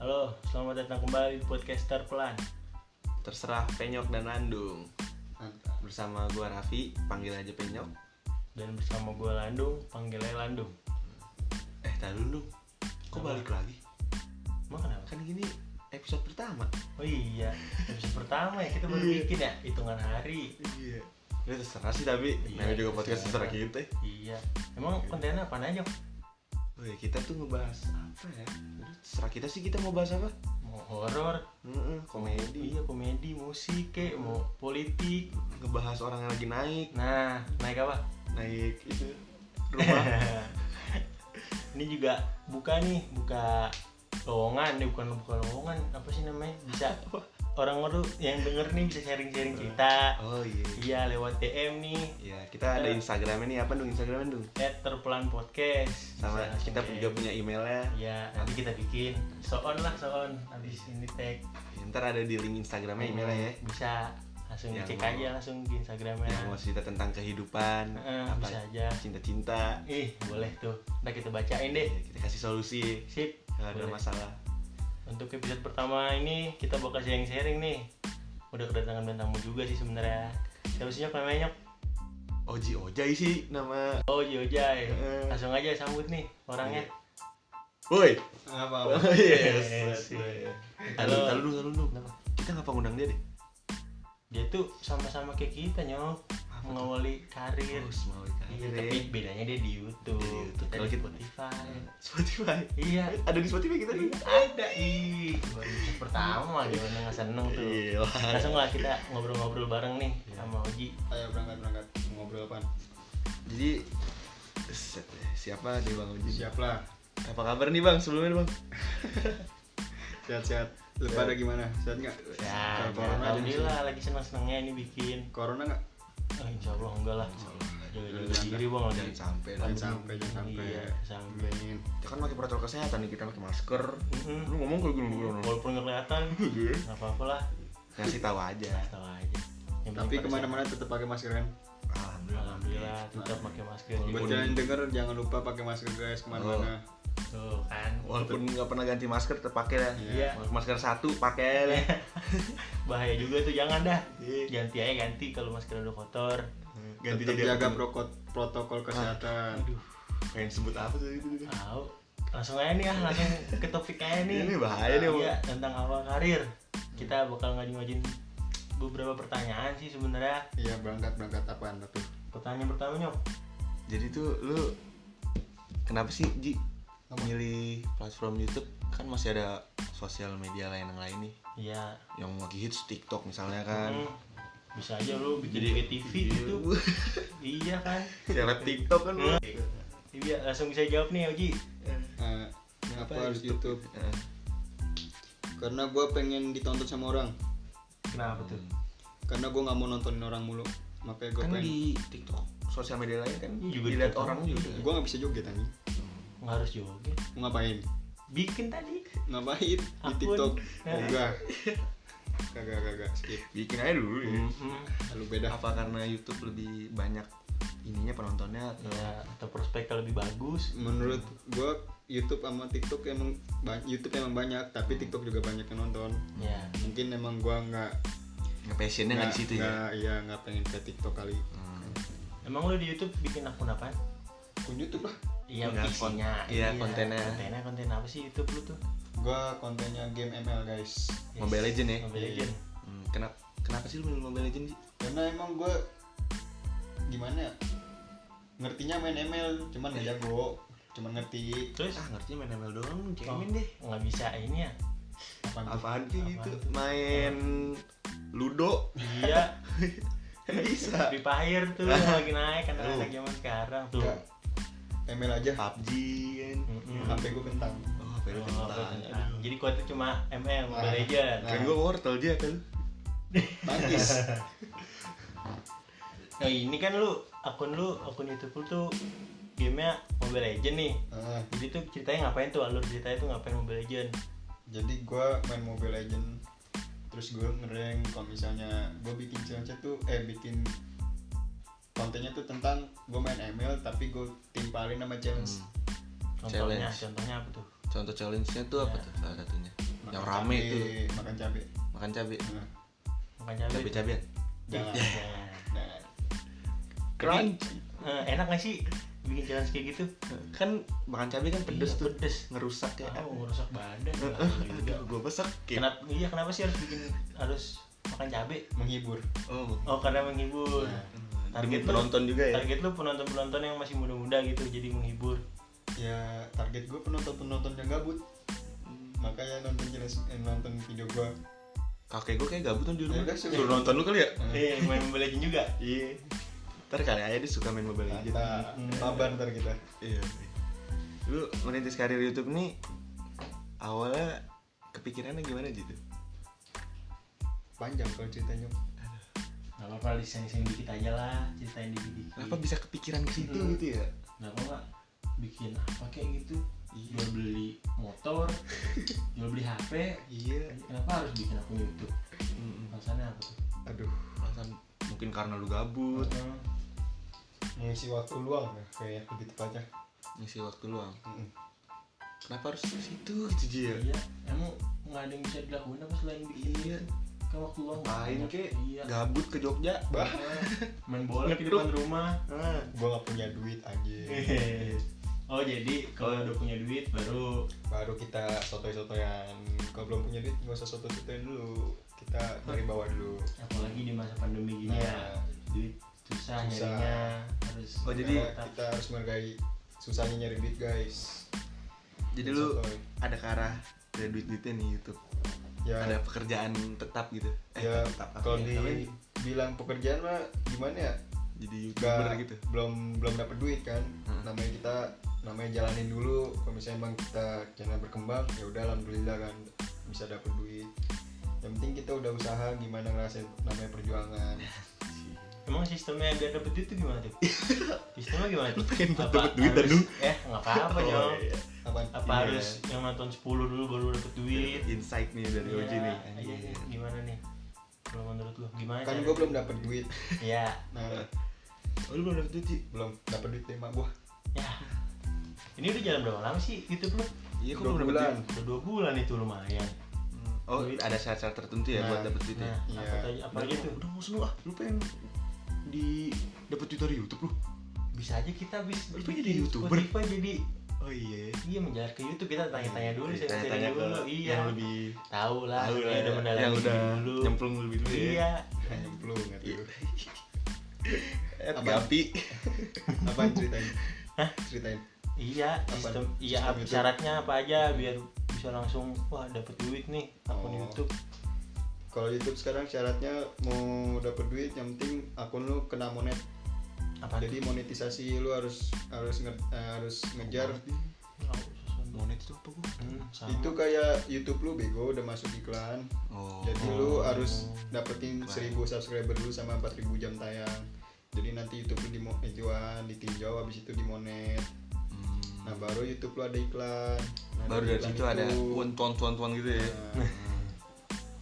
Selamat datang kembali di podcaster pelan. Terserah Penyok dan Landung Mantap. Bersama gua Raffi, panggil aja Penyok Dan bersama gue Landung, panggilnya Landung. Eh, tar dulu Dung. Kok Kenapa? balik lagi? Emang kenapa? Kan gini episode pertama Oh iya, episode pertama ya kita baru Iya. bikin ya, hitungan hari. Iya Ini terserah sih tapi Iya, Namanya juga podcast terserah. terserah kita Iya. Emang kontennya apa aja? Oh ya, kita tuh ngebahas apa ya? Udah, Terserah kita sih kita mau bahas apa? Mau horor, Mm-mm, komedi iya komedi, musik, kayak mau politik. Ngebahas orang yang lagi naik Nah, naik apa? Naik itu Rumah ini juga buka nih, buka lowongan, ini bukan buka lowongan, apa sih namanya? Bisa orang-orang yang denger nih bisa sharing-sharing cerita. Oh iya Iya lewat DM nih Iya, kita ada Instagramnya nih apa dong Instagramnya dong? at Eh, terpelan podcast Sama Bisa langsung kita DM. juga punya emailnya Iya nanti kita bikin Soon lah soon Abis ini tag Ya, Ntar ada di link Instagramnya emailnya ya Bisa langsung Yang cek mau- aja langsung di ya. Instagramnya yang mau cerita tentang kehidupan Heeh, apa bisa aja. Iya. cinta-cinta Ih boleh tuh Ntar kita bacain deh Ya, kita kasih solusi Sip kalau ada Boleh. masalah Untuk episode pertama ini kita bakal sharing-sharing nih Udah kedatangan bintang tamu juga sih sebenarnya Siapa sih Nyok namanya Nyok? Oji Ojai sih nama Oh Jojay Heeh. Langsung aja sambut nih orangnya woi Apa apa? Iya. Oh, yes, Yes, yes, yes. Halo. Halo, halo, halo, halo. Kita ngapa ngundang dia deh? Dia tuh sama-sama kayak kita Nyok Apa tuh? Mengawali karir Harus mau Iya, karir. tapi bedanya dia di YouTube. Dia di YouTube. Kita Kalau gitu di kita- Spotify. Spotify. Iya. Ada di Spotify kita nih. Ada iya. ih. Baru episode pertama gimana nggak seneng tuh. Iya. Langsung lah kita ngobrol-ngobrol bareng nih sama Oji. Ayo berangkat berangkat Mau ngobrol apaan? Jadi set, eh, siapa deh Bang Oji? Siap lah. Apa kabar nih Bang sebelumnya nih, Bang? Sehat-sehat. Lu pada gimana? Sehat nggak? Ya, Kalau corona alhamdulillah lagi seneng-senengnya ini bikin. Corona nggak? Oh, insya Allah enggak lah. Jaga-jaga Jangan- diri bang Oji. Jangan sampai lah. Jangan sampai jangan sampai. ya. Iya, sampai. Amin. Kita kan pakai protokol kesehatan nih, kita pakai masker. Mm-mm. Lu ngomong kalau gini-gini. Walaupun nggak kelihatan, Iya. nggak apa-apa lah. Ngasih tahu aja. Nggak tahu aja. Yang penting Tapi pada kemana-mana tetap pakai masker kan? sehat. Alhamdulillah. Alhamdulillah tetap pakai masker. Walaupun- Buat yang denger jangan lupa pakai masker guys kemana-mana. Tuh kan. Walaupun nggak pernah ganti masker tetap pakai lah. Iya. Walaupun Masker satu pakai lah. bahaya juga tuh jangan dah Iya. ganti aja ganti kalau masker udah kotor Ganti tetap jadi jaga apa? proko- protokol kesehatan. aduh Pengen sebut apa tuh itu? itu. tahu langsung aja nih ah langsung ke topik aja nih Ini bahaya nih, Om. Iya, tentang awal karir kita bakal ngajin-ngajin beberapa pertanyaan sih sebenarnya Iya berangkat berangkat apaan tapi? pertanyaan pertama nyok Jadi tuh lu kenapa sih Ji Apa? milih platform YouTube? Kan masih ada sosial media lain yang lain nih. iya Yang lagi hits TikTok misalnya kan. hmm, bisa aja lu bikin Jadi- PTV gitu iya kan Seleb TikTok kan. lu. iya langsung bisa jawab nih Oji Eh, apa harus YouTube? Heeh. Karena gue pengen ditonton sama orang. kenapa tuh Karena gue nggak mau nontonin orang mulu. Makanya gue Kan pengen. di TikTok sosial media lain kan Iya juga dilihat TikTok. orang juga. Gue nggak bisa joget anjing. nggak harus joget Mau ngapain? bikin tadi ngapain di Akun. TikTok Ya. enggak kagak kagak skip Bikin aja dulu. ya. Mm-mm. lalu beda Apa karena YouTube lebih banyak ininya penontonnya atau ya atau prospeknya lebih bagus menurut gua YouTube sama TikTok emang ba- YouTube emang banyak tapi TikTok juga banyak yang nonton ya mungkin emang gua nggak Nggak passionnya nggak di situ ya? nggak- iya nggak pengen ke TikTok kali Hmm. Emang lu di YouTube bikin akun apa? akun YouTube lah Iya, Enggak, isinya. kon- iya, kontennya. Kontennya konten apa sih YouTube lu tuh? gua kontennya game ML guys Yes. Mobile Legend ya? Mobile Legend. Hmm, kenapa kenapa sih lu main Mobile Legends? Ji? karena emang gua gimana ya ngertinya main ML cuman nggak jago cuman ngerti Terus Ah, ngerti main ML doang, oh, cemen deh. nggak bisa ini ya? apa Apaan sih Apaan gitu? tuh? Main Ludo Iya, Kan bisa. Free Fire tuh yang lagi naik kan anak zaman sekarang tuh. enggak ML aja PUBG kan. Mm-mm. HP gua kentang Oh, apa lu Oh, tentang? nah, Jadi kuatnya cuma ML, Mobile Nah, Legend. Kan gua wortel dia kan. tangkis Nah, ini kan lu akun lu akun YouTube lu tuh gamenya Mobile Legend nih. Ah, Jadi tuh ceritanya ngapain tuh alur ceritanya tuh ngapain Mobile Legend? jadi gua main Mobile Legend terus gue ngerank kalau misalnya gue bikin challenge tuh eh bikin kontennya tuh tentang gue main ML tapi gue timpalin sama challenge Hmm. Contohnya, Challenge. contohnya apa tuh? Contoh challenge-nya tuh apa tuh salah satunya? makan Yang rame cabe, itu. Iya. makan cabe makan cabe nah, makan cabai. cabe cabean jangan nah, Crunch. Eh, enak gak sih bikin jalan kayak gitu? kan makan cabe kan pedes Iya, tuh Pedes. ngerusak ya Oh, merusak badan. Aduh, Aduh. gua besek Kenapa? Iya, kenapa sih harus bikin harus makan cabe? menghibur oh Oh, karena menghibur. Nah, Target target lu- penonton juga ya Target lu penonton-penonton yang masih muda-muda gitu, jadi menghibur. ya target gue penonton penonton yang gabut makanya nonton jelas eh, nonton video gue kakek gua kayak gabut tuh di rumah Ya, udah sih. suruh nonton lu kali ya Eh, main Mobile Legends juga. iya ntar kali aja dia suka main mobile legends kita mabar ntar kita iya lu merintis karir YouTube nih awalnya kepikirannya gimana gitu panjang kalau ceritanya Gak apa-apa, desain-desain dikit aja lah, ceritain dikit-dikit. kenapa bisa kepikiran ke situ Hmm. gitu ya Kenapa nggak bikin apa kayak gitu? Jual beli motor, jual beli HP. iya Kenapa harus bikin akun YouTube? Alasannya apa tuh? aduh alasan mungkin karena lu gabut Hmm. mengisi waktu luang ya, kayak lebih tepatnya ngisi waktu luang Mm-mm. kenapa harus ke situ gitu Ji, ya Iya, emang nggak ada yang bisa dilakuin apa selain bikin Iya. itu? Kan waktu luang main banyak. kek Iya. gabut ke Jogja bah Eh, Main bola di Ngetruk. depan rumah. ah. gue gak punya duit anjir Hehehe. Oh jadi kalau udah punya duit baru baru kita sotoy-sotoyan kalau belum punya duit gak usah sotoy-sotoyan dulu kita dari bawah dulu apalagi di masa pandemi gini nah ya duit susah, Susah. nyarinya harus Oh, jadi karena tetap. kita harus menghargai susahnya nyari duit guys jadi Jangan lu sotoy. ada ke arah ada duit duitnya nih YouTube ya ada pekerjaan tetap gitu eh ya tetap apa kalau ya, namanya? dibilang pekerjaan mah gimana ya jadi Gak- youtuber gitu belum belum dapat duit kan Hmm. namanya kita namanya jalanin dulu kalau misalnya emang kita channel berkembang ya udah alhamdulillah kan bisa dapat duit yang penting kita udah usaha gimana ngerasain namanya perjuangan Emang sistemnya biar dapet duit tuh gimana tuh? sistemnya gimana tuh? pengen Apa dapet duit dah harus- lu. Eh nggak apa-apa Oh, Jong. iya. apa Apa Iya. harus yang nonton 10 dulu baru dapet duit? insight nih dari Iya, OG nih iya, iya. Gimana nih? Kalau menurut lu gimana? kan gitu. cara- gue belum dapat duit Iya. nah oh, lu belum dapet duit Ji? belum dapat duit dari mak gua Ya. Ini udah jalan berapa lama sih YouTube lu? iya kok Dua belum dapet bulan. duit Udah dua bulan itu lumayan. Hmm. oh Duit. ada syarat-syarat tertentu ya Nah, buat dapet duit ya Nah, Iya. apa tanya- apa Udah, gitu? udah mau lu ah lu pengen di dapet duit dari YouTube lu Bisa aja kita habis Lu bikin jadi YouTuber? Spotify jadi oh iya iya menjalar ke YouTube kita tanya-tanya dulu, Iya, sharing-sharing tanya-tanya dulu. ke Iya. yang lebih Tahu lah, tahu dia lah ya. udah mendalami yang udah dulu. nyemplung lebih dulu ya Iya. nyemplung ngerti Iya. lu Eh, Apa? Gapi apaan ceritain ceritain Iya, Apa? sistem iya Sistem apa- YouTube? syaratnya apa aja biar bisa langsung wah dapet duit nih akun Oh. YouTube. kalau YouTube sekarang syaratnya mau dapat duit yang penting akun lu kena monet Apa jadi monetisasi lu harus harus nge- eh, harus ngejar monet itu apa gua Ah. itu kan kayak YouTube lu bego udah masuk iklan oh jadi Oh. lu harus dapetin Iklan. 1000 subscriber dulu sama 4000 jam tayang jadi nanti YouTube lu dimo- dijual, ditinjau habis itu dimonet Hmm. nah baru YouTube lu ada iklan Nah, baru dari iklan situ ada itu- tuan tuan tuan tuan gitu ya Nah,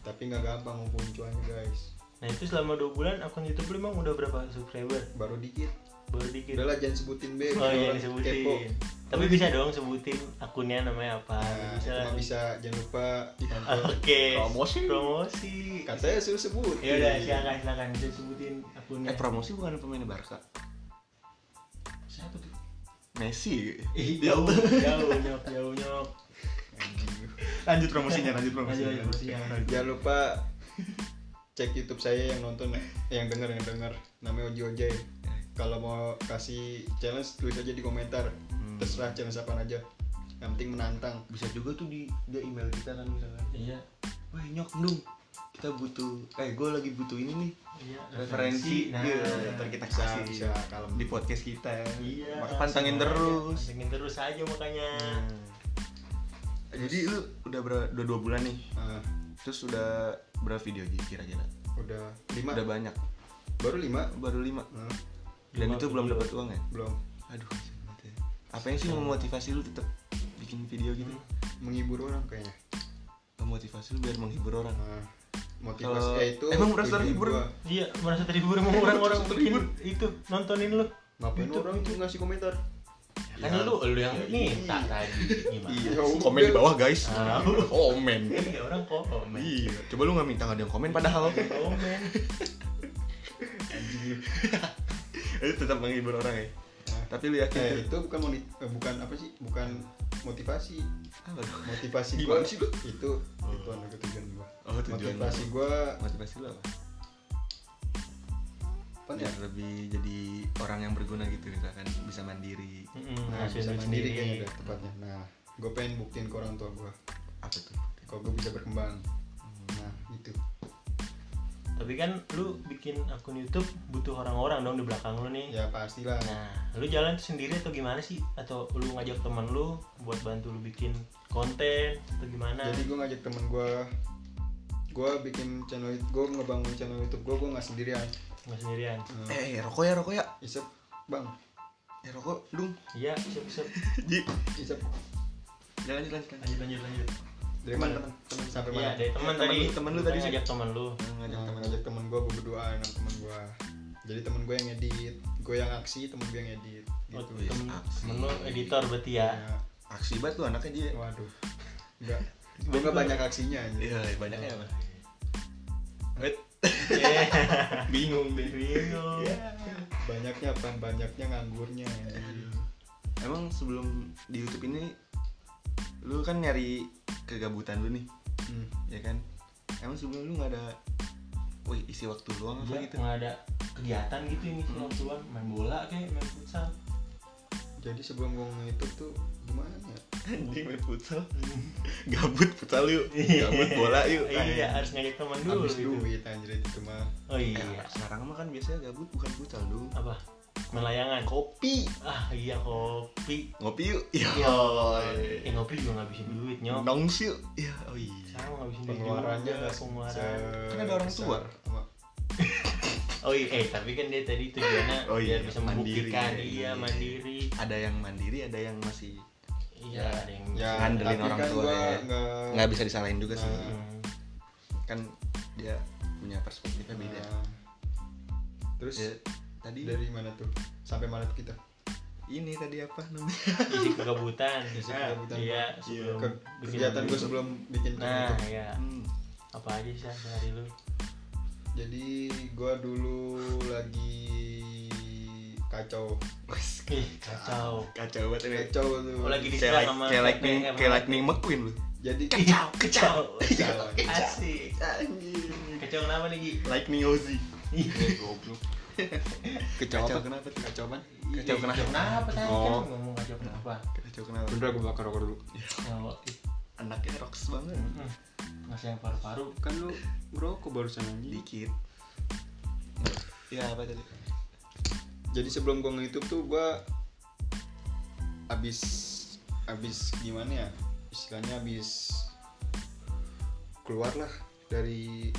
tapi nggak gampang ngumpulin cuannya guys Nah itu selama dua bulan akun YouTube lu emang udah berapa subscriber? baru dikit Baru dikit. udahlah jangan sebutin be Oh iya orang disebutin. kepo. Tapi bisa dong sebutin akunnya namanya apa? Nah, Ah, bisa. cuma bisa jangan lupa ditonton Oke. Promosi. Promosi. katanya suruh sebut Ya udah silakan silakan bisa sebutin akunnya. eh promosi bukan pemain Barca Siapa tuh? Messi Ih, jauh, jauh, nyok, jauh, nyok. lanjut promosinya lanjut Lanjut, lanjut, promosinya. jangan lupa cek YouTube saya yang nonton yang denger yang denger namanya Oji Ojay kalau mau kasih challenge tulis aja di komentar Hmm. terserah challenge apa aja yang penting menantang bisa juga tuh di dia email kita kan misalkan Iya, wah nyok dong kita butuh eh gue lagi butuh ini nih iya. referensi Nah, Iya, ntar kita bisa kasih bisa kalem di podcast kita Iya. Mak- pantengin semuanya. terus Hmm. Pantengin terus aja makanya. Nah. jadi lu udah ber- udah dua bulan nih Ah, terus udah berapa video Ji, kira-kira udah lima udah banyak baru lima baru lima Ah, dan Lima itu belum video. dapat uang ya belum aduh kasihan banget ya. apa yang sih memotivasi lu tetap bikin video gitu menghibur orang kayaknya memotivasi lu biar menghibur orang Ah, motivasi Kalau- eh, itu emang merasa tujuan terhibur? gua. Iya, merasa terhibur sama orang-orang Merasa bikin terhibur. itu nontonin lu. ngapain YouTube. orang itu ngasih komentar ya kan Iya. lu lu yang Iya, minta tadi gimana Iya, udah. Oh, Komen di bawah guys. Nah, Ah. Komen. iya orang komen Iya. Coba lu nggak minta nggak ada yang komen padahal. komen Itu tetap menghibur orang ya. Tapi lu yakin gitu? Eh, Fir? itu bukan moni- eh, bukan apa sih? Bukan motivasi. Apa tuh? Motivasi Gimana gua sih lu? itu itu anak tujuan gua. Oh, tujuan lu. motivasi gua Motivasi lu apa? apa ya? Biar lebih jadi orang yang berguna gitu misalkan bisa mandiri. Mm-mm, Nah, hasil bisa duit mandiri kayaknya udah tepatnya. Nah, gua pengen buktiin ke orang tua gua Apa tuh? kalau gua bisa berkembang. Nah, itu. tapi kan lu bikin akun YouTube butuh orang-orang dong di belakang lu nih Ya pastilah. nah lu jalan tuh sendiri atau gimana sih atau lu ngajak teman lu buat bantu lu bikin konten atau gimana Jadi gua ngajak temen gua gua bikin channel gua ngebangun channel YouTube gua gua nggak sendirian. nggak sendirian Nah, Eh, rokok ya, rokok ya. Isep, Bang. Eh, rokok dong. iya bisa bisa Ji. Isep. Jangan lanjut lanjut. lanjut lanjut lanjut Dari Teman, mana? teman, teman. Sampai iya mana? dari teman Temen tadi lu- temen lu tadi sih. ngajak teman lu Ngajak Nah, teman. ngajak temen gue gue berdua sama temen gue jadi temen gue yang edit gue yang aksi temen gue yang edit Oh, gitu temen, aksi. temen lu editor berarti ya Aksi banget lu anaknya dia. Ya, waduh enggak gue nggak banyak aksinya aja Iya, banyaknya apa? Wait, bingung bingung Iya. banyaknya apa banyaknya nganggurnya Iya. anjing. emang sebelum di YouTube ini lu kan nyari kegabutan lu nih, hmm. ya kan? Emang sebelum lu nggak ada, wih isi waktu luang apa Iya, gitu? nggak ada kegiatan gitu ini Hmm. keluar main bola kayak main futsal jadi sebelum gue itu tuh gimana ya Anjing main futsal, gabut futsal yuk, gabut bola yuk. iya harus ngajak teman dulu habis gitu. duit anjir itu mah oh Eh, iya anak sekarang mah kan biasanya gabut bukan futsal dong. apa melayangan Kopi, ah iya kopi ngopi yuk. Iya. ya ngopi juga ngabisin duit nyok Nongs yuk. Iya, oh iya. sama ngabisin duit pengeluarannya juga, nggak se- pengeluaran se- Kan ada orang besar. tua. Sama- oh iya eh tapi kan dia tadi tujuannya Oh iya, biar bisa mandiri. membuktikan iya mandiri Ada yang mandiri, ada yang masih iya Ya. ada yang ya Ngandelin tapi orang kan tua gue ya. nggak nggak bisa disalahin juga sih. Nah. Hmm. Kan dia punya perspektifnya beda. nah. terus Ya, tadi dari mana tuh sampai mana tuh kita ini tadi apa namanya? isi kegabutan Isi Nah, kegabutan, iya Pak. sebelum ke bikin kegiatan gue YouTube. sebelum bikin nah YouTube. ya Hmm. apa aja sih sehari lu jadi gue dulu lagi kacau ih kacau Kacau banget ini. kacau tuh Oh, lagi di- Kayak like- sama kayak lightning, Batman, kayak sama lightning McQueen lu. jadi kacau kacau Kacau. asik Anjir. kacau kenapa nih Gi? Lightning Ozzy. Iya. Ih, Goblok. kacau Kacau apa? kenapa tuh? kacau man Kacau ih, kenapa? kenapa tadi kan Oh. lu ngomong kacau kenapa Kacau kenapa? udah gue bakar rokok dulu Nyawa, ih, Anaknya rocks banget. mm-mm. hmm. ngasih yang paru-paru kan lu ngerokok barusan anjing Dikit. Ya apa tadi? jadi sebelum gue nge-youtube tuh gue abis abis gimana ya istilahnya abis keluar lah dari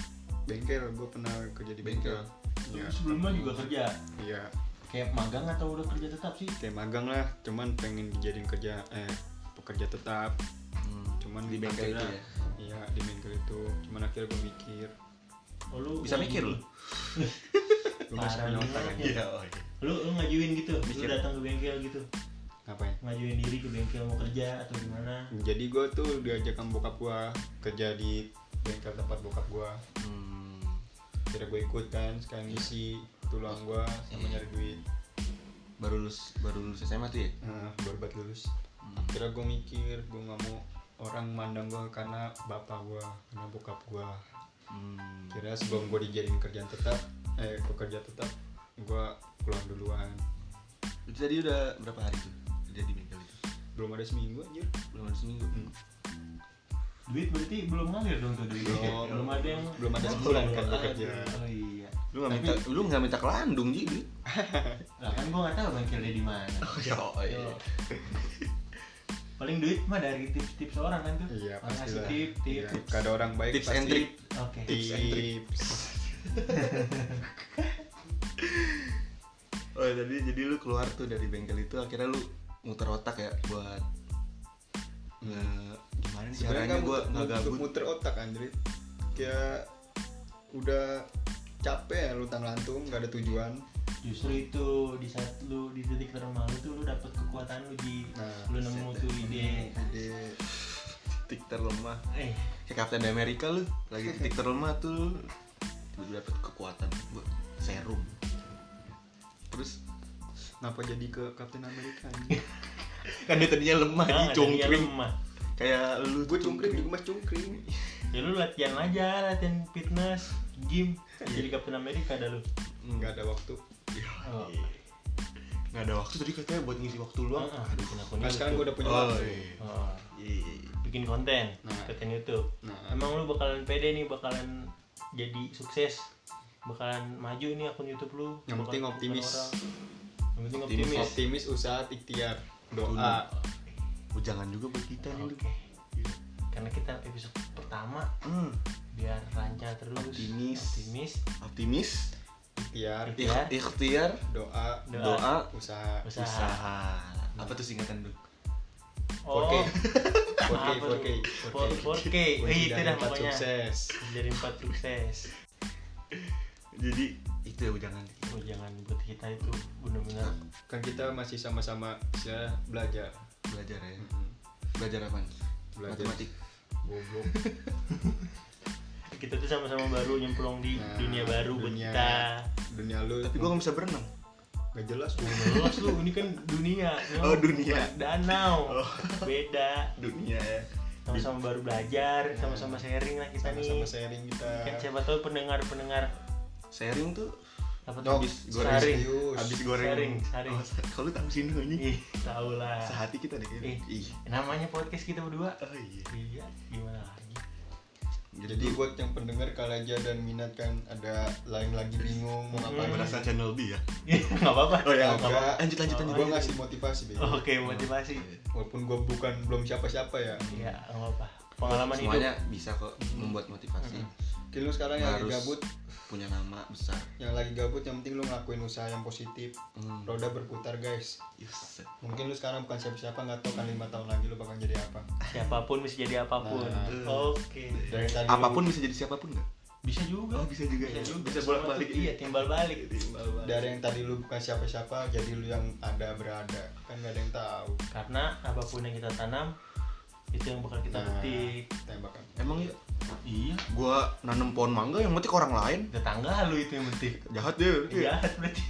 bengkel gue pernah kerja di bengkel Ya. Iya. sebelumnya juga kan? kerja iya kayak magang atau udah kerja tetap sih kayak magang lah cuman pengen dijadiin kerja eh pekerja tetap cuman Hmm, Di bengkel itu akhirnya- ya? iya di bengkel itu cuman akhirnya gue mikir oh, lu Bisa mikir lu? gue masih punya Parah otak kan? banget. aja Iya, oh iya. lu lu ngajuin gitu lu Mikir. datang ke bengkel gitu ngapain ngajuin diri ke bengkel mau kerja atau gimana jadi gue tuh diajak sama bokap gue kerja di bengkel tempat bokap gue Hmm. kira gue ikut kan sekalian ngisi tulang gue sama nyari duit Baru lulus baru lulus SMA tuh ya? nah, baru buat lulus Hmm. kira gue mikir gue nggak mau orang mandang gue karena bapak gue karena bokap gue Hmm. kira sebelum gue dijadiin kerjaan tetap eh pekerja tetap gue pulang duluan Itu tadi udah berapa hari tuh kerja di bengkel itu? belum ada seminggu anjir Belum ada seminggu. Hmm. Hmm. duit berarti belum ngalir dong tuh duit Belum. belum ada yang Belum ada sebulan kan bekerja. oh iya Lu nggak minta lu nggak minta kelandung Ji, duit? lah kan gua nggak tahu bengkelnya di mana Ya, oh iya. Yo. paling duit mah dari tips-tips orang kan tuh iya Orang pasti ngasih lah tip tip Iya, kada orang baik Tips pasti and trick. oke tips and trick. Oh, jadi jadi lu keluar tuh dari bengkel itu akhirnya lu muter otak ya buat nge- gimana nih sebenarnya caranya nggak gua nggak gabut gabut. muter otak Andre kayak udah capek ya lu tang lantung nggak ada tujuan justru itu di saat lu di titik terlemah lu tuh lu dapet kekuatan lu di Nah, lu nemu tuh ide Ide titik terlemah. eh Kayak Captain America lu, lagi titik terlemah tuh lu tiba-tiba dapet kekuatan buat serum. Terus Kenapa jadi ke Captain America anjing? kan dia tadinya lemah, jangan dia ada cungkring. dia Nah, lemah Kayak lu Gue cungkring juga mas cungkring ya lu latihan aja latihan fitness gym jadi Captain America ada lu Enggak Gak ada waktu Oh. Hmm. Iya. Nggak ada waktu tadi katanya buat ngisi waktu luang. Ah, aduh kenapa Nah sekarang gue udah punya Oh, waktu iya. Oh, Iya, iya, iya. bikin konten Nah. konten YouTube Nah emang lu bakalan pede nih bakalan jadi sukses bakalan maju nih akun YouTube lu Bakalan Yang penting bukan optimis. orang. yang penting Optimis. optimis, Optimis, usaha, ikhtiar Tunduk. Doa Oh, jangan juga buat kita nih lu. Oke. karena kita episode pertama Hmm, biar lancar terus Optimis. optimis optimis, Ikhtiar Iya. ikh- ikhtiar, Doa Doa. doa, Usaha Usaha. usaha. Apa tuh singkatan lu? 4K oh 4K apa tuh? 4K 4K, 4K. Kunci Eh, itu dari dah empat pokoknya Sukses jadi empat sukses Jadi itu ya jangan. oh, jangan buat kita itu benar-benar Kan kita masih sama-sama bisa belajar Belajar ya. Belajar apa? Belajar. Matematik. Goblok kita tuh sama-sama baru nyemplung di Nah, dunia baru buat dunia- kita Dunia lu Tapi gua nggak bisa berenang. Gak jelas gua. Lolos lu, ini kan dunia Nyok. Oh, dunia. Bukan Danau Oh. Beda Dunia ya. Sama-sama baru belajar Nah. Sama-sama sharing lah kan kita Sama-sama nih sharing kita Kan siapa tahu pendengar-pendengar Sharing tuh Apa Dok, tuh? habis goreng Sharing serius. habis goreng. Sharing, sharing. Iya. Oh, kalau lu tahu sini ini. Ih, tau lah Sehati kita deh kayaknya. Ih. Ih. Namanya podcast kita berdua Oh iya. Iya, gimana lagi Jadi buat yang pendengar Kalaja dan minat kan ada lain lagi bingung mau Apa, ngapain. berasa channel B ya? Gak Iya, apa-apa Oh ya, Agak. apa? Lanjut lanjut lanjut. Gue ngasih motivasi, Bego. Oh. Oke, motivasi Walaupun gue bukan belum siapa-siapa ya. Hmm. Iya, gak apa-apa Pengalaman Semuanya hidup bisa kok membuat motivasi. Oke, lu sekarang yang lagi Harus gabut, punya nama besar. yang lagi gabut yang penting lu ngelakuin usaha yang positif. Hmm. Roda berputar, guys. Yes. Mungkin lu sekarang bukan siapa-siapa, nggak tahu kan lima tahun lagi lu bakal jadi apa. Siapapun bisa jadi apapun Nah. Oke Dari tadi lu- Apapun bisa jadi siapapun nggak? Bisa juga Oh bisa juga ya. Bisa juga. Bisa bolak balik. Iya, timbal balik dari yang tadi lu bukan siapa-siapa, jadi lu yang ada berada. Kan nggak ada yang tahu. karena apapun yang kita tanam itu yang bakal kita petik Nah, tembakan. Emang ya, iya gua nanam pohon mangga yang mati orang lain. tetangga lu itu yang petik Jahat dia. berarti Iya. ya. jahat berarti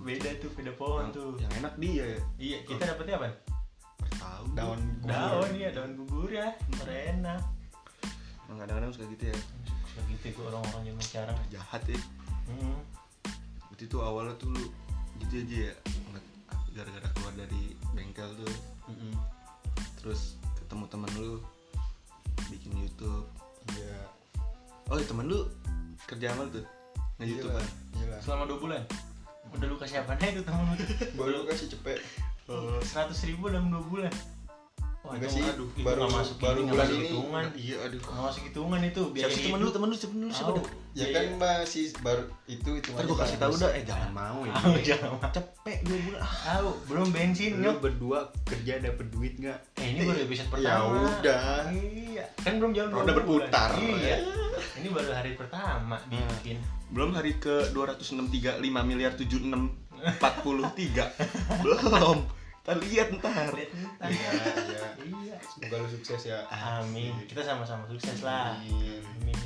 beda tuh beda pohon Yang- tuh Yang enak dia ya. iya kita dapetnya apa Tahu. Daun gugur. daun ya daun gugur ya enak Emang kadang-kadang suka gitu ya. suka gitu gue orang-orang yang sekarang Jahat ya. Mm-mm. Berarti tuh awalnya tuh lu gitu aja ya. nge- Gara-gara keluar dari bengkel tuh, Mm-mm. terus ketemu temen lu bikin YouTube. Iya. Oh, temen lu kerja sama lu tuh. Nge YouTube Gila. kan. Gila. selama dua bulan udah lu kasih apa nih itu temen lu Oh. Baru kasih cepet. seratus ribu dalam dua bulan Wah, itu Enggak sih, aduh, itu baru- nggak masuk baru ini, nggak bulan masuk ini. hitungan, Iya, aduh. nggak masuk hitungan itu. Siapa biaya sih temen lu? hidup. Temen lu siapa temen lu siapa Tahu. dah? Ya Iya, kan iya. masih baru itu itu Ntar gua kasih tahu dah, eh jangan mau ya. Tahu, jangan mau. Cepet dua bulan. Ah, Tahu, belum Iya. bensin nyok. berdua kerja dapet duit nggak? Eh, ini baru episode pertama. Ya udah. Iya. Kan belum jalan Roda dua bulan. berputar. Iya. Ini baru hari pertama bikin. Belum hari ke 2635 miliar 7643. Belum. Kita lihat ntar. Lihat nih, Iya, tanggal. iya. Iya. Semoga lu sukses ya. Amin. Kita sama-sama sukses lah. Amin. Amin.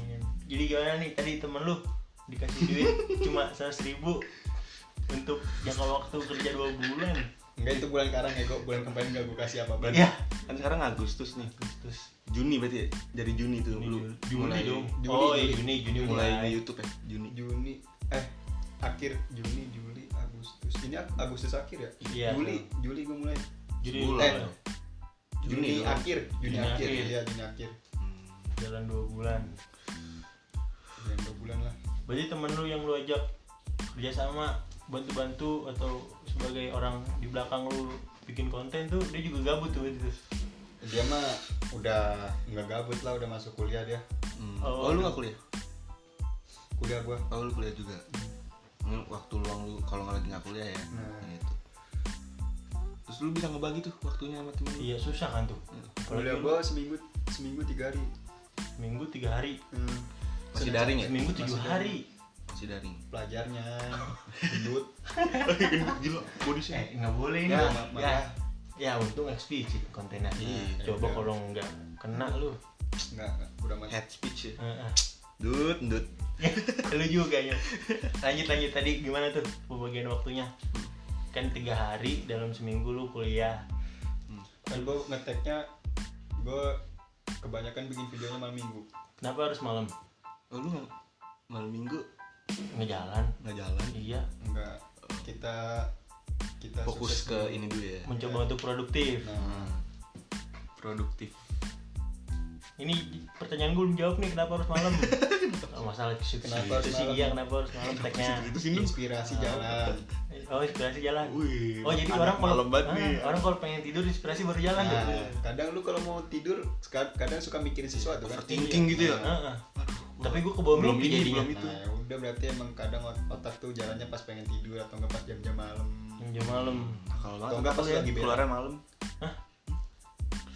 Jadi gimana nih tadi temen lu dikasih duit cuma seratus ribu untuk jangka waktu kerja dua bulan. Enggak itu bulan sekarang ya, kok bulan kemarin nggak gue kasih apa apa. Iya. Kan sekarang Agustus nih. Terus Juni berarti ya? Dari Juni tuh Juni, lu Juni mulai dong. Juni, oh iya Juni. Juni, Juni mulai mulai. di YouTube ya Juni. Juni eh akhir Juni Juli Agustus ini Ag- Agustus akhir ya? Iya. Juli Juli gue mulai. Eh, Juni eh, Bulan. mulai. dong. Juni, dong. akhir Juni, Juni akhir. akhir. Iya Juni akhir. Hmm. Jalan dua bulan. Bulan dua bulan lah. Berarti temen lu yang lu ajak kerjasama bantu-bantu atau sebagai orang di belakang lu bikin konten tuh dia juga gabut tuh itu. Dia mah udah nggak gabut lah udah masuk kuliah dia. Hmm. Oh. Oh, lu gak kuliah? Kuliah gue. Oh lu kuliah juga. Hmm, Waktu luang lu kalau nggak lagi nggak kuliah ya. Nah. Nah, itu. Terus lu bisa ngebagi tuh waktunya sama temen lu. Nah, Iya susah kan tuh. Apalagi Kuliah lu gue seminggu seminggu tiga hari. minggu tiga hari, Hmm. Masih Senin- daring ya? seminggu tujuh Masih hari. Masih masih daring pelajarnya gendut gila bodisnya eh nggak boleh Ya, ya, ma- ya malah. ya untung eksplisit kontennya Nah, Iya, coba iya. kalau nggak kena lu nggak nggak, udah mati head speech ya Iya. Heeh. dut dut lu juga ya lanjut lanjut tadi gimana tuh pembagian waktunya kan tiga hari dalam seminggu lu kuliah kan gue ngeteknya gue kebanyakan bikin videonya malam minggu kenapa harus malam oh, lu nggak- malam minggu ngejalan nggak jalan iya nggak kita kita fokus sukses ke dulu. ini dulu ya mencoba untuk produktif nah Hmm. produktif ini pertanyaan gue belum jawab nih kenapa harus malam oh, masalah itu sih Kenapa itu harus sih malam? iya kenapa harus malam tagnya itu inspirasi Ah. jalan oh inspirasi jalan gitu Wih, oh jadi anak orang kalau malam banget Ah, nih. Iya. orang kalau pengen tidur inspirasi baru jalan gitu. nah ya. tuh kadang lu kalau mau tidur seka- kadang suka mikirin sesuatu kan overthinking gitu ya Ah, ah. tapi gue kebawa belum mimpi ini jadinya. belum itu nah ya udah berarti emang kadang ot- otak tuh jalannya pas pengen tidur atau nggak pas jam-jam malam jam malam kalau banget Atau nggak pas lu ya, lagi berak. keluarnya malam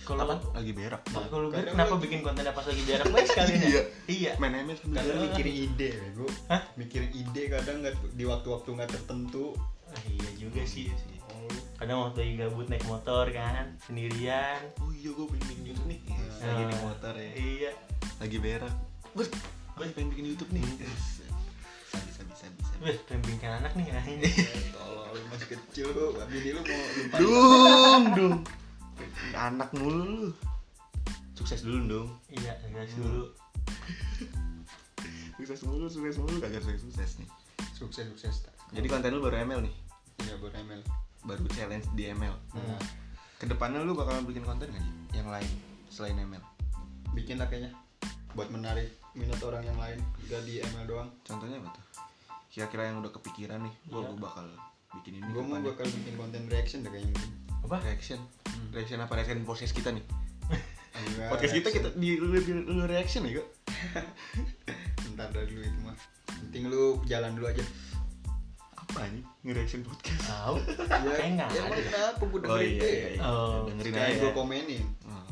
kalau lagi berak Nah, kalau gue Kadang kenapa lagi- bikin konten apa lagi jarak baik sekali ya? Iya. Iya. main ML sambil kadang jalan. mikirin ide bego Hah? mikirin ide kadang nggak di waktu-waktu nggak tertentu Ah, iya juga sih. oh, Kadang waktu lagi gabut naik motor kan, sendirian. oh iya gue pengen bikin YouTube nih Yes, Nah. lagi di motor ya Iya. lagi berak ber gue pengen bikin YouTube nih Iya. Yes. sabi sabi sabi sabi Wih, pembimbingan anak nih kan. tolol lu masih kecil lu bini lu mau lupa dung dung anak mulu lu sukses dulu dong iya, enggak sih dulu. sukses mulu sukses mulu kagak sukses sukses nih sukses sukses tak jadi konten lu baru ML nih ya buat ML baru challenge di ML nah, kedepannya lu bakalan bikin konten gak sih yang lain selain ML bikin lah kayaknya buat menarik minat orang yang lain gak di ML doang contohnya apa tuh kira-kira yang udah kepikiran nih gua Iya. gua bakal bikin ini ya? gue mau kedepannya. bakal bikin konten reaction deh kayaknya mungkin. Apa? reaction Hmm. reaction apa reaction podcast kita nih Enggak, podcast kita kita reaction. di lu, di- lu reaction ya kok ntar dari dulu itu mah penting lu jalan dulu aja apa nih nge-reaction podcast Tahu? Iya. Kayak enggak ya emang ada. kenapa gue oh dengerin iya, deh iya, iya. Oh, dengerin kayak aja gue Nah, komenin Oh.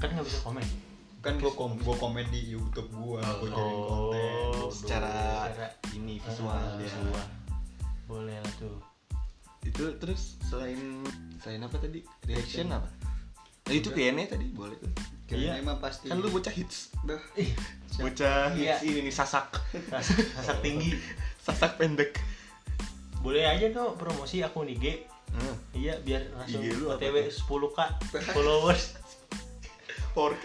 Kan enggak bisa komen. kan gue kom gue komen di YouTube gue gue jadiin Oh, konten bodoh. secara Secara- ini visual ya. Ah, dia Visual. Boleh lah tuh. itu terus selain selain apa tadi reaction apa nah, itu Q&A tadi boleh tuh kayaknya Iya. emah pasti kan lu bocah hits Dah. Ih, bocah Iya. hits ini nih, sasak ras- Rasak tinggi. sasak pendek Boleh aja tuh promosi akun IG. Heeh. Iya, biar langsung IG lu apa OTW 10k followers. 4K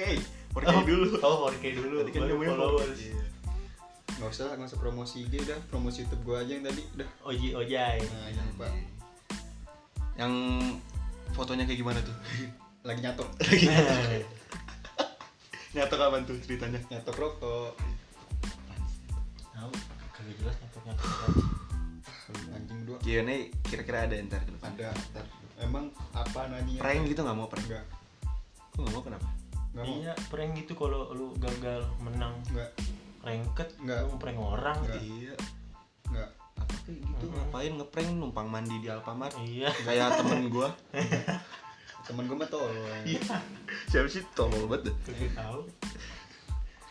4K dulu Oh, 4K dulu. tadi kan baru namanya followers. 4K. Iya. nggak usah nggak usah promosi IG dah promosi YouTube gue aja yang tadi dah Oji Ojai. nah iya, yang apa yang fotonya kayak gimana tuh lagi nyatok Iya. nyata kapan tuh ceritanya nyatok rokok Tahu, kagak jelas nyatok nyatok. Ah, anjing dua Q&A kira-kira ada ntar ke depan ada ntar. emang apa nanya prank gitu nggak mau prank enggak kok nggak mau kenapa enggak mau Iya, prank gitu kalau lu gagal menang enggak rangket, Nggak. lu prank orang. Nggak. iya enggak apa kayak gitu Mm-mm. ngapain ngeprank numpang mandi di Alfamart Iya. kayak temen gua temen gue mah tolol siapa sih tolol banget deh Kagak tahu.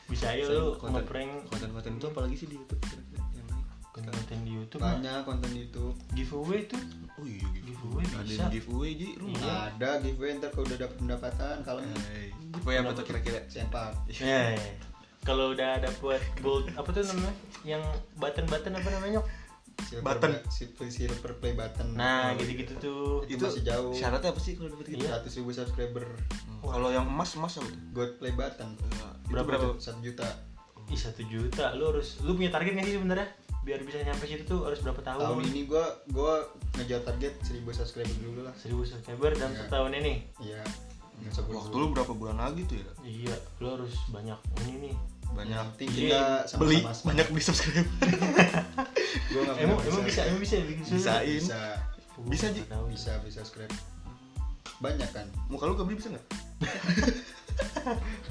Bisa aja lu Selain konten- ngeprank konten-konten itu apalagi sih di YouTube kira-kira yang lain konten di YouTube. mah. banyak konten itu Giveaway tuh oh iya Giveaway ada bisa. yang giveaway Iya. ji lu nggak ada giveaway ntar kalau udah dapet pendapatan kalau Eh, giveaway apa tuh kira-kira sempat Iya. Ya, ya. Kalau udah dapet gold apa tuh namanya? Yang button-button apa namanya? Nyok? silver Button. ba- silver, silver play button Nah, gitu-gitu tuh. Itu masih jauh. syaratnya apa sih kalau dapet gitu Iya. seratus ribu subscriber Hmm. kalau yang emas emas apa tuh gold play button Itu Berapa tuh? satu juta Ih, 1 juta. Lu harus lu punya target nggak sih sebenarnya? Biar bisa nyampe situ tuh harus berapa tahun? tahun ini gue gue ngejar target 1000 subscriber dulu lah 1000 subscriber dalam Iya. setahun ini. iya waktu lu berapa bulan lagi tuh ya Iya, lu harus banyak Oh, ini nih. banyak Yang penting Iya, kita sama beli sama banyak beli subscribe gue nggak Emang pernah emang bisa, emang bisa ya bikin susu? bisain bisa Gua Bisa, nggak Ji. tahu. bisa beli subscribe banyak kan muka lu gak beli bisa nggak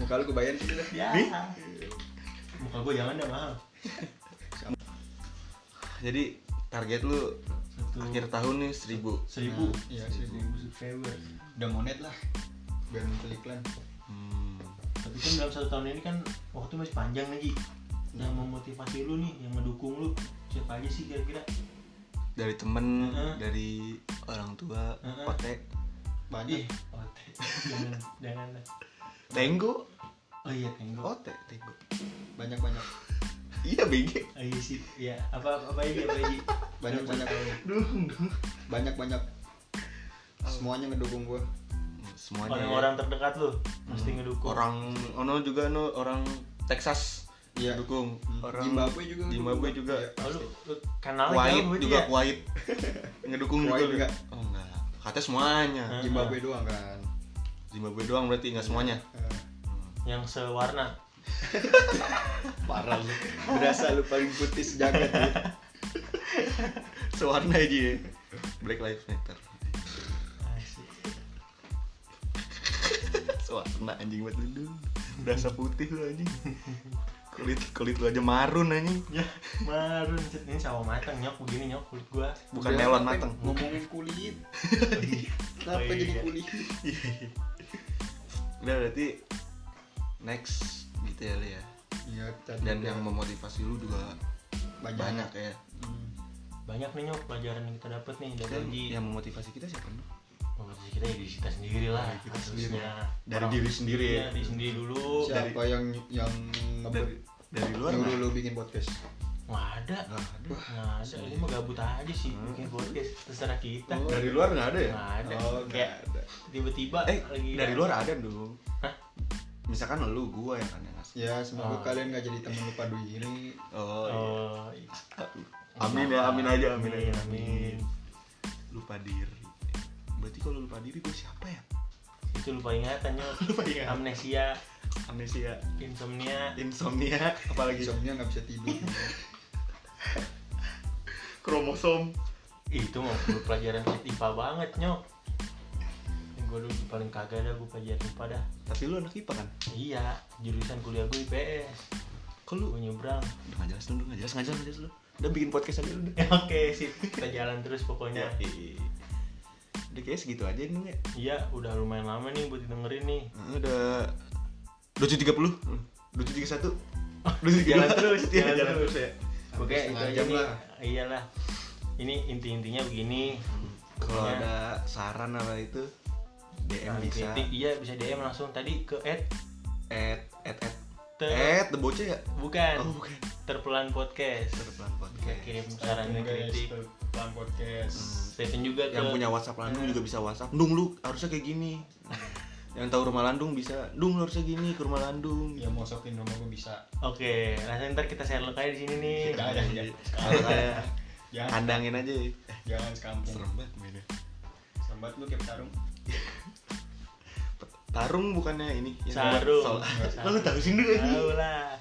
muka lu gue bayarin sih lah Ya. Muka gua jangan dah mahal. jadi target lu Satu akhir tahun nih seribu seribu. Nah, iya, seribu. subscriber. udah monet lah biar muncul iklan hmm. Tapi kan dalam satu tahun ini kan waktu masih panjang lagi. yang memotivasi lu nih yang ngedukung lu siapa aja sih kira-kira dari temen Heeh. dari orang tua Heeh. potek ih banyak otek jangan jangan lah. tenggo oh iya tengok otek tenggo banyak banyak iya BG oh iya sih ya apa apa ini apa ini banyak banyak dukung dong banyak banyak semuanya ngedukung gue semuanya Hmm. orang-orang terdekat lu pasti ngedukung ya? orang ono juga no orang Texas Iya. dukung orang Zimbabwe juga Zimbabwe juga Oh, Iya. lu, lu kenal Kuwait jauh berarti juga ya? Kuwait ngedukung Kuwait juga juga. oh enggak katanya semuanya Heeh. Zimbabwe doang kan Zimbabwe doang berarti enggak semuanya Eh, yang sewarna parah lu berasa lu paling putih sejagat lu. sewarna aja ya. Black Lives Matter Asik. sewarna anjing buat lu dulu. berasa putih lu anjing kulit kulit lu aja marun anjing ya marun cet. ini sawo mateng nyok begini nyok kulit gua bukan Udah, melon tapi mateng Iya, ngomongin kulit Oh, iya. kenapa jadi kulit udah berarti next gitu ya Li, ya iya tadi dan udah yang memotivasi lu juga banyak, Gitu. banyak ya Hmm. banyak nih nyok pelajaran yang kita dapat nih dari Kan Haji yang memotivasi kita siapa nih? Motivasi kita ya diri kita sendiri lah Diri kita sendiri. harusnya. Dari Orang- diri sendiri ya? Iya, diri sendiri dulu siapa yang yang dari ngeber dari luar nyuruh nggak? lu bikin podcast nggak ada Nggak ada. nggak ada ini mah gabut aja sih Hmm. bikin podcast terserah kita Oh. dari luar nggak ada ya nggak ada Oh, kayak nggak ada. tiba-tiba eh lagi dari luar ada dong Hah? misalkan lu gua yang kan yang ngasih ya Oh. semoga kalian gak jadi temen lupa dui ini oh, iya. oh, amin ya amin aja amin, Amin, aja amin. lupa diri berarti kalau lupa diri gua siapa ya itu lupa ingatan nyok Lupa ingatan. amnesia amnesia insomnia insomnia Oh, apalagi insomnia nggak bisa tidur kromosom itu mah guru pelajaran IPA banget nyok gue dulu paling kagak dah gue pelajaran IPA dah tapi lu anak ipa kan iya jurusan kuliah gue IPS kok lu gue nyebrang udah nggak jelas lu udah nggak jelas nggak jelas nggak jelas lu udah Ya. bikin podcast aja lu deh oke sip kita jalan terus Iya. pokoknya Yoi. udah kayak segitu aja nih ya iya udah lumayan lama nih buat didengerin nih udah dua tiga puluh dua tiga satu jalan terus Iya, jalan, jalan terus terus ya oke Hampir itu setengah aja jam nih lah. iyalah ini inti-intinya begini kalau Pokoknya ada saran apa itu saran DM Ya, bisa kritik, iya bisa DM langsung tadi ke at at at at Ter- at the bocah ya bukan, Oh, bukan. terpelan podcast Terpelan Bisa podcast. kirim saran dan kritik ya, pelan podcast Stephen juga yang ke- punya WhatsApp Landung juga bisa WhatsApp. Dung lu harusnya kayak gini. yang tahu rumah Landung bisa, Dung lu harusnya gini ke rumah Landung. Iya. ya mau sokin rumah gue bisa Oke, langsung ntar kita share aja di sini nih. Jangan, jangan, Iya. jangan. Kalau kayak Jangan. kandangin aja. ya. Eh, jangan sekampung Serem banget mainnya. serem banget lu kayak tarung Tarung bukannya ini Sarung. Sol- Sarung. Lu tahu sini dulu ini. Tahu lah.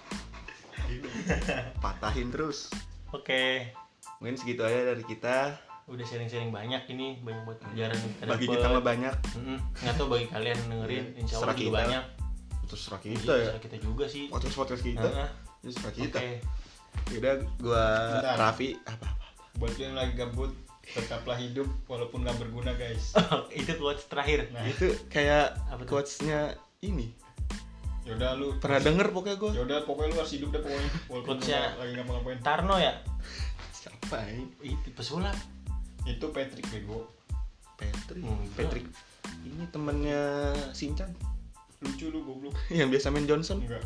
Patahin terus. Oke, Mungkin segitu aja dari kita. udah sharing-sharing banyak ini, banyak buat pelajaran yang kita Bagi dapet. kita mah banyak. Mm-mm. Nggak tahu bagi kalian yang dengerin, Iya. insya Allah Serah juga kita. banyak. Terus serah Iya, kita ya. serah kita juga sih. Podcast-podcast kita. Heeh. Terus serah kita. Oke, Yaudah gua Bentar. Raffi apa? buat lu yang lagi gabut tetaplah hidup walaupun gak berguna guys itu quotes terakhir. nah Itu kayak Apa tuh? quotes-nya ini. yaudah lu Pernah denger pokoknya gua. yaudah Ya pokoknya lu harus hidup deh pokoknya walaupun lu Coachnya- nggak- lagi nggak ngapain Tarno ya, Siapa ya? ini? itu pesulap. itu Patrick bego Patrick. Enggak. Patrick. Ini temennya Sinchan lucu lu goblok yang biasa main Johnson. enggak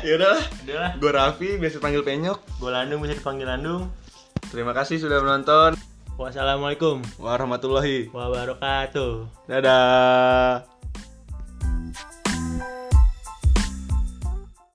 ya udahlah. Udahlah, Gue Raffi, biasa panggil Penyok. gue Landung bisa dipanggil Landung. Terima kasih sudah menonton. Wassalamualaikum Warahmatullahi. wabarakatuh. Dadah.